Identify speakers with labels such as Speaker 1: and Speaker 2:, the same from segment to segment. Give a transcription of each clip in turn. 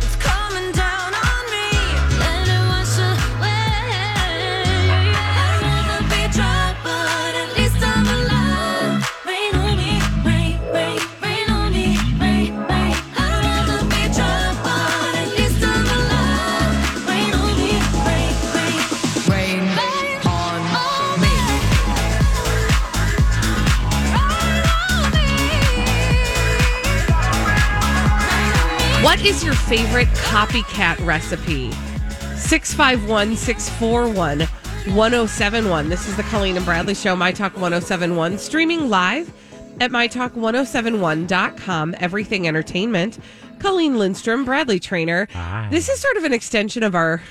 Speaker 1: It's coming down on me, and it wants to I'd rather be drunk, but at least I'm alive. Rain on me, rain, rain, rain on me, rain, rain. I'd rather be drunk, but at least I'm alive. Rain on me, rain, rain, rain, rain on me.
Speaker 2: What is your favorite copycat recipe? 651 641 1071. This is the Colleen and Bradley Show, My Talk 1071, streaming live at MyTalk1071.com, Everything Entertainment. Colleen Lindstrom, Bradley Trainer. This is sort of an extension of our.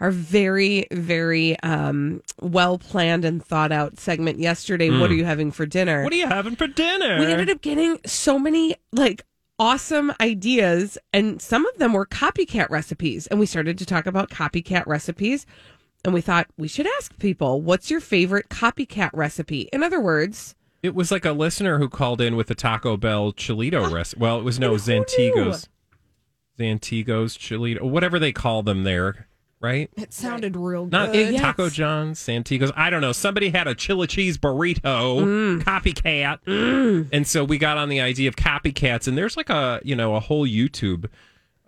Speaker 2: Our very, very um, well planned and thought out segment yesterday. What are you having for dinner?
Speaker 3: What are you having for dinner?
Speaker 2: We ended up getting so many like awesome ideas, and some of them were copycat recipes. And we started to talk about copycat recipes, and we thought we should ask people, "What's your favorite copycat recipe?" In other words,
Speaker 3: it was like a listener who called in with a Taco Bell Chilito recipe. Well, it was no Zantigos. Zantigos Chilito, whatever they call them there, right?
Speaker 4: It sounded real good.
Speaker 3: Not Taco John's, Santigos. I don't know. Somebody had a chili cheese burrito,
Speaker 4: Mm.
Speaker 3: copycat, and so we got on the idea of copycats. And there's like a you know a whole YouTube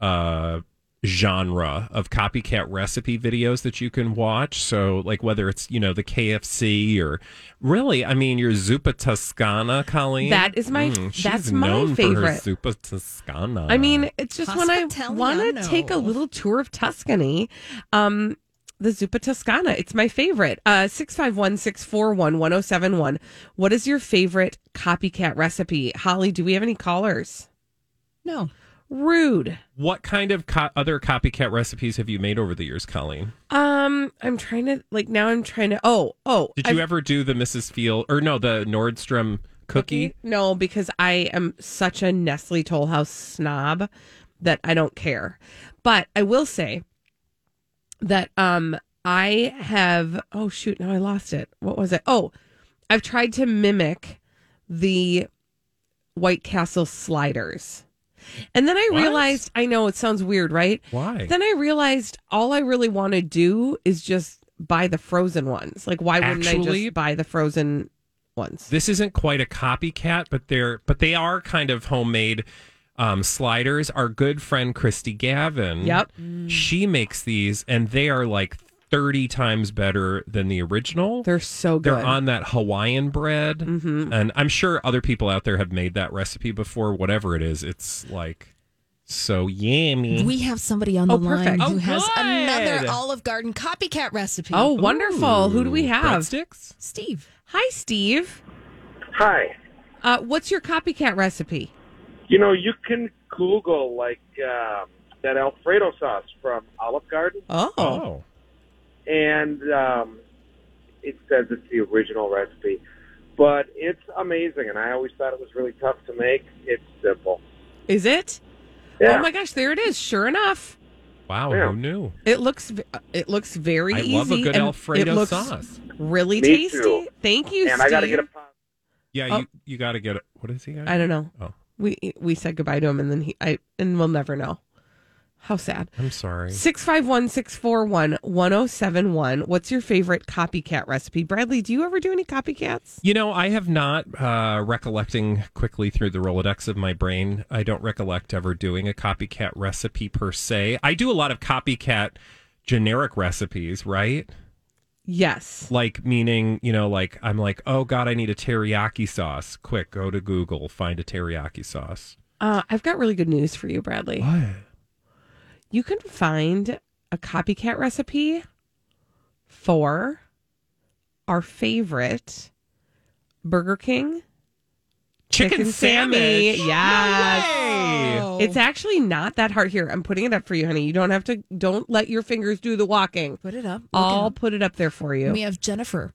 Speaker 3: uh, genre of copycat recipe videos that you can watch. So like whether it's you know the KFC or really, I mean your Zuppa Toscana, Colleen. Mm,
Speaker 2: That is my-
Speaker 3: she's
Speaker 2: that's my
Speaker 3: known
Speaker 2: favorite.
Speaker 3: For her Zuppa Toscana.
Speaker 2: I mean, it's just when I want to
Speaker 4: Hospitaliano.
Speaker 2: take a little tour of Tuscany. Um, the Zuppa Toscana, it's my favorite. Uh, 651 641 1071. What is your favorite copycat recipe? Holly, do we have any callers?
Speaker 4: No.
Speaker 2: Rude.
Speaker 3: what kind of co- other copycat recipes have you made over the years, Colleen?
Speaker 2: Um, I'm trying to like now. I'm trying to. Oh, oh.
Speaker 3: Did
Speaker 2: I've-
Speaker 3: you ever do the Mrs. Field or no, the Nordstrom cookie?
Speaker 2: No, because I am such a Nestle Tollhouse snob that I don't care. But I will say that um I have oh shoot, now I lost it. What was it? Oh, I've tried to mimic the White Castle sliders. And then I
Speaker 3: What?
Speaker 2: realized I know it sounds weird, right?
Speaker 3: Why?
Speaker 2: Then I realized all I really want to do is just buy the frozen ones. Like why wouldn't I
Speaker 3: Actually-
Speaker 2: just buy the frozen ones?
Speaker 3: this isn't quite a copycat, but they're but they are kind of homemade um, sliders. Our good friend Christy Gavin.
Speaker 2: Yep.
Speaker 3: She makes these, and they are like thirty times better than the original.
Speaker 2: They're so good. Mm-hmm.
Speaker 3: They're on that Hawaiian bread, and I'm sure other people out there have made that recipe before. Whatever it is, it's like so yummy.
Speaker 4: We have somebody on the
Speaker 2: Oh,
Speaker 4: line
Speaker 2: perfect.
Speaker 4: who
Speaker 3: Oh,
Speaker 4: has
Speaker 3: good.
Speaker 4: another Olive Garden copycat recipe.
Speaker 2: Oh, wonderful. Who do we
Speaker 3: Ooh,
Speaker 2: have?
Speaker 3: Breadsticks.
Speaker 4: Steve.
Speaker 2: Hi, Steve.
Speaker 5: Hi.
Speaker 2: Uh, what's your copycat recipe?
Speaker 5: You know, you can Google like um, that Alfredo sauce from Olive Garden,
Speaker 2: Oh.
Speaker 3: Oh,
Speaker 5: and um, it says it's the original recipe, but it's amazing. And I always thought it was really tough to make. It's simple.
Speaker 2: Is it?
Speaker 5: Yeah.
Speaker 2: Oh my gosh, there it is. Sure enough.
Speaker 3: wow!
Speaker 5: Yeah.
Speaker 3: Who knew?
Speaker 2: It looks v- uh, it looks very
Speaker 3: I
Speaker 2: easy.
Speaker 3: love a good
Speaker 2: and
Speaker 3: Alfredo
Speaker 2: it looks
Speaker 3: sauce.
Speaker 2: Really
Speaker 5: Me
Speaker 2: tasty.
Speaker 5: too.
Speaker 2: Thank you,
Speaker 5: and
Speaker 2: Steve.
Speaker 5: I got to get a pop.
Speaker 3: Yeah,
Speaker 2: Oh.
Speaker 3: you you got to get it. What is he? Got?
Speaker 2: I don't know.
Speaker 3: Oh.
Speaker 2: We we said goodbye to him and then he I and we'll never know. How sad.
Speaker 3: I'm sorry.
Speaker 2: 651 641 1071. What's your favorite copycat recipe? Bradley, do you ever do any copycats?
Speaker 3: You know, I have not uh, recollecting quickly through the Rolodex of my brain. I don't recollect ever doing a copycat recipe per se. I do a lot of copycat generic recipes, right?
Speaker 2: Yes.
Speaker 3: Like, meaning, you know, like I'm like, oh God, I need a teriyaki sauce. Quick, go to Google, find a teriyaki sauce.
Speaker 2: Uh, I've got really good news for you, Bradley.
Speaker 3: What?
Speaker 2: You can find a copycat recipe for our favorite Burger King
Speaker 3: Chicken,
Speaker 2: Sammy.
Speaker 3: sandwich.
Speaker 2: Yes.
Speaker 3: Hey.
Speaker 2: It's actually not that hard. Here, I'm putting it up for you, honey. You don't have to. Don't let your fingers do the walking.
Speaker 4: Put it up. Look
Speaker 2: I'll
Speaker 4: it up.
Speaker 2: put it up there for you.
Speaker 4: We have Jennifer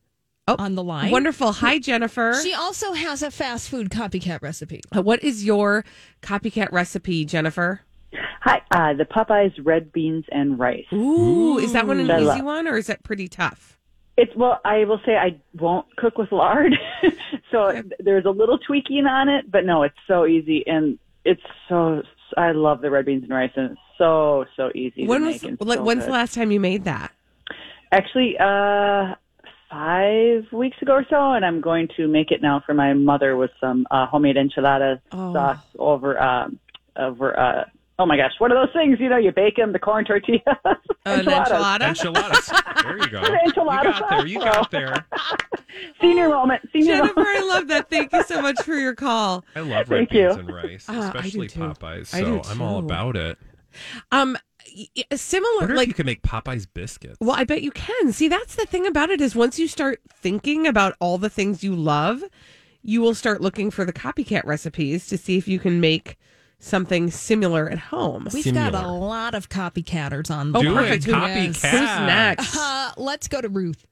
Speaker 2: Oh,
Speaker 4: on the line.
Speaker 2: Wonderful. Hi, Jennifer.
Speaker 4: She also has a fast food copycat recipe.
Speaker 2: Uh, what is your copycat recipe, Jennifer?
Speaker 6: Hi, uh, the Popeyes red beans and rice.
Speaker 2: Ooh, is that one an
Speaker 6: Bella.
Speaker 2: easy one or is it pretty tough?
Speaker 6: It's well, I will say I won't cook with lard, so th- there's a little tweaking on it, but no, it's so easy and it's so I love the red beans and rice and it's so so easy.
Speaker 2: when
Speaker 6: to
Speaker 2: was
Speaker 6: make and
Speaker 2: like
Speaker 6: so
Speaker 2: when's
Speaker 6: good.
Speaker 2: the last time you made that?
Speaker 6: Actually, uh, five weeks ago or so, and I'm going to make it now for my mother with some uh, homemade enchilada
Speaker 2: Oh.
Speaker 6: sauce over um, over. Uh, oh my gosh, what are those things? You know, you bake them, the corn tortillas,
Speaker 2: Oh, An
Speaker 6: enchiladas.
Speaker 2: enchilada?
Speaker 3: Enchiladas. there you go.
Speaker 6: Enchilada
Speaker 3: You got there. You got
Speaker 6: sauce.
Speaker 3: there.
Speaker 6: Senior moment, senior
Speaker 2: Jennifer,
Speaker 6: moment.
Speaker 2: I love that. Thank you so much for your call.
Speaker 3: I love red
Speaker 6: Thank you.
Speaker 3: beans and rice,
Speaker 2: Uh, I do
Speaker 3: especially
Speaker 2: too.
Speaker 3: Popeyes. So
Speaker 2: I do
Speaker 3: I'm all
Speaker 2: too.
Speaker 3: about it.
Speaker 2: Um, y- y-
Speaker 3: I
Speaker 2: similar
Speaker 3: wonder if you
Speaker 2: like.
Speaker 3: can make Popeyes biscuits.
Speaker 2: Well, I bet you can. See, that's the thing about it is once you start thinking about all the things you love, you will start looking for the copycat recipes to see if you can make something similar at home.
Speaker 4: We've got a
Speaker 3: Similar.
Speaker 4: lot of copycatters on.
Speaker 3: Do
Speaker 4: the line.
Speaker 3: it.
Speaker 2: perfect. Who-
Speaker 3: Copycat.
Speaker 4: Yes.
Speaker 2: Who's next?
Speaker 3: Uh-huh.
Speaker 4: Uh, let's go to Ruth.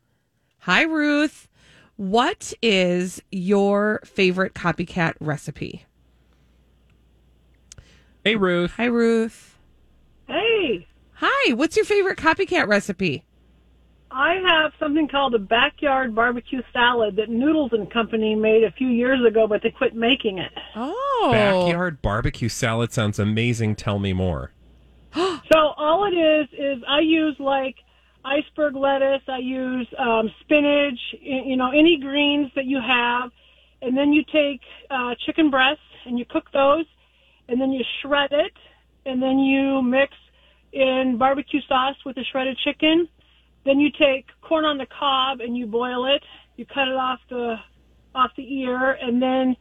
Speaker 2: Hi, Ruth. What is your favorite copycat recipe?
Speaker 3: Hey, Ruth.
Speaker 2: Hi, Ruth.
Speaker 7: Hey,
Speaker 2: Hi, what's your favorite copycat recipe?
Speaker 7: I have something called a backyard barbecue salad that Noodles and Company made a few years ago, but they quit making it.
Speaker 2: Oh,
Speaker 3: Backyard barbecue salad sounds amazing. Tell me more.
Speaker 7: So all it is is I use like iceberg lettuce, I use um, spinach, y- you know, any greens that you have, and then you take uh, chicken breasts and you cook those, and then you shred it, and then you mix in barbecue sauce with the shredded chicken. Then you take corn on the cob and you boil it. You cut it off the off the ear, and then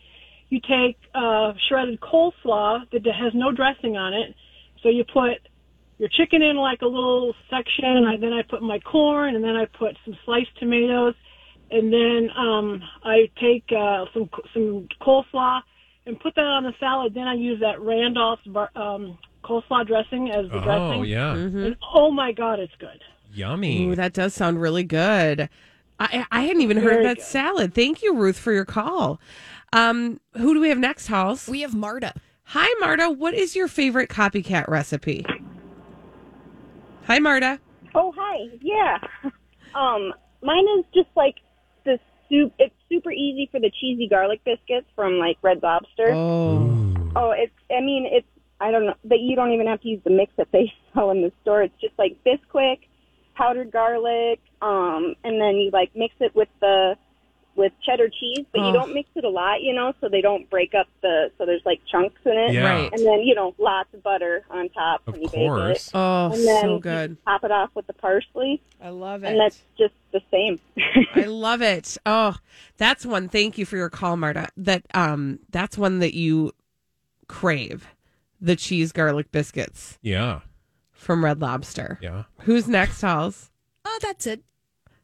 Speaker 7: you take uh, shredded coleslaw that has no dressing on it. So you put your chicken in like a little section, and I, then I put my corn, and then I put some sliced tomatoes, and then um, I take uh, some some coleslaw and put that on the salad. Then I use that Randolph's bar, um, coleslaw dressing as the
Speaker 3: Oh,
Speaker 7: dressing.
Speaker 3: yeah.
Speaker 2: Mm-hmm.
Speaker 7: And oh my God, it's good.
Speaker 3: Yummy.
Speaker 2: Oh, Ooh, that does sound really good. I, I hadn't even heard of
Speaker 7: Very
Speaker 2: that
Speaker 7: good.
Speaker 2: salad. Thank you, Ruth, for your call. Um, who do we have next, House?
Speaker 4: We have Marta.
Speaker 2: Hi, Marta. What is your favorite copycat recipe? Hi, Marta.
Speaker 8: Oh hi, yeah. Um, mine is just like the soup. It's super easy for the cheesy garlic biscuits from like Red Lobster. Oh,
Speaker 2: Oh,
Speaker 8: it's. I mean, it's. I don't know that you don't even have to use the mix that they sell in the store. It's just like Bisquick, powdered garlic, um, and then you like mix it with the with cheddar cheese, but
Speaker 2: Oh.
Speaker 8: you don't mix it a lot, you know, so they don't break up the so there's like chunks in it.
Speaker 3: Yeah.
Speaker 2: right.
Speaker 8: And then you know, lots of butter on top.
Speaker 3: Of
Speaker 8: when you bake it.
Speaker 3: course.
Speaker 2: Oh,
Speaker 8: And then
Speaker 2: so
Speaker 8: you
Speaker 2: good.
Speaker 8: Top it off with the parsley.
Speaker 2: I love
Speaker 8: And that's just the same.
Speaker 2: I love it. Oh, that's one. Thank you for your call, Marta. That um, that's one that you crave, the cheese garlic biscuits
Speaker 3: Yeah.
Speaker 2: from Red Lobster.
Speaker 3: Yeah.
Speaker 2: Who's next, Halls?
Speaker 4: Oh, that's it.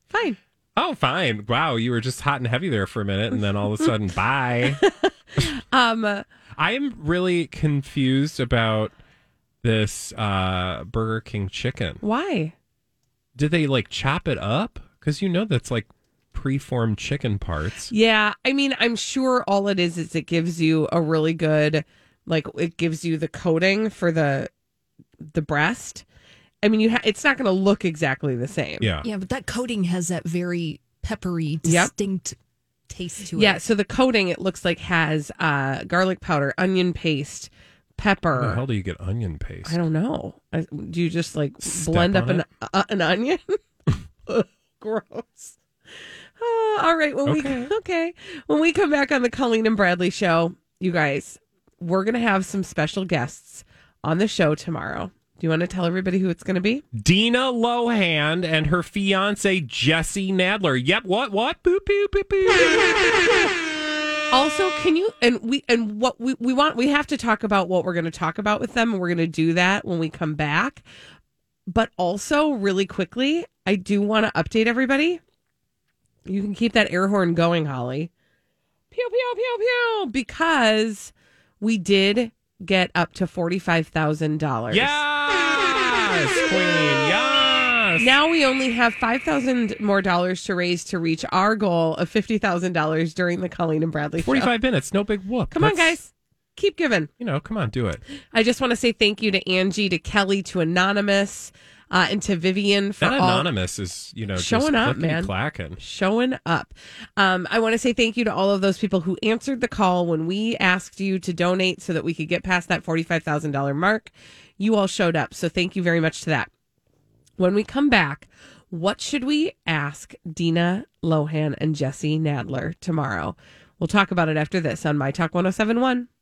Speaker 2: Fine.
Speaker 3: Oh, fine. Wow. You were just hot and heavy there for a minute, and then all of a sudden, bye.
Speaker 2: Um, uh,
Speaker 3: I am really confused about this uh, Burger King chicken.
Speaker 2: why?
Speaker 3: Did they like chop it up? Because you know that's like preformed chicken parts.
Speaker 2: Yeah, I mean, I'm sure all it is is it gives you a really good, like, it gives you the coating for the the breast. I mean, you ha- it's not going to look exactly the same.
Speaker 3: Yeah.
Speaker 4: Yeah, but that coating has that very peppery,
Speaker 2: Yep.
Speaker 4: distinct taste to it.
Speaker 2: Yeah, so the coating it looks like has uh, garlic powder, onion paste,
Speaker 3: Where the
Speaker 2: pepper.
Speaker 3: hell do you get onion paste?
Speaker 2: I don't know. I, do you just like
Speaker 3: Step
Speaker 2: blend up
Speaker 3: on
Speaker 2: an
Speaker 3: it?
Speaker 2: uh, an onion? Ugh, Gross. Uh, all right. When
Speaker 3: Okay.
Speaker 2: we okay, when we come back on the Colleen and Bradley show, you guys, we're gonna have some special guests on the show tomorrow. Do you want to tell everybody who it's going to be?
Speaker 3: Dina Lohan and her fiance Jesse Nadler. Yep, what, what? Boop, boop, boop, boop.
Speaker 2: Also, can you and we and what we, we want we have to talk about what we're going to talk about with them and we're going to do that when we come back. But also, really quickly, I do want to update everybody. You can keep that air horn going, Holly. Pew pew pew pew because we did get up to $45,000.
Speaker 3: Yes, Queen. Yes.
Speaker 2: Now we only have five thousand more dollars to raise to reach our goal of fifty thousand dollars during the Colleen and Bradley. show.
Speaker 3: Forty-five minutes. No big whoop.
Speaker 2: Come on,
Speaker 3: That's-
Speaker 2: guys, keep giving.
Speaker 3: You know, come on, do it.
Speaker 2: I just want to say thank you to Angie, to Kelly, to Anonymous, uh, and to Vivian for
Speaker 3: That
Speaker 2: all
Speaker 3: anonymous is, you know, just
Speaker 2: Showing up,
Speaker 3: clickety
Speaker 2: man.
Speaker 3: clacking.
Speaker 2: showing up. Um, I want to say thank you to all of those people who answered the call when we asked you to donate so that we could get past that $45,000 mark. You all showed up. So thank you very much to that. When we come back, what should we ask Dina Lohan and Jesse Nadler tomorrow? We'll talk oh about it after this on My Talk 1071.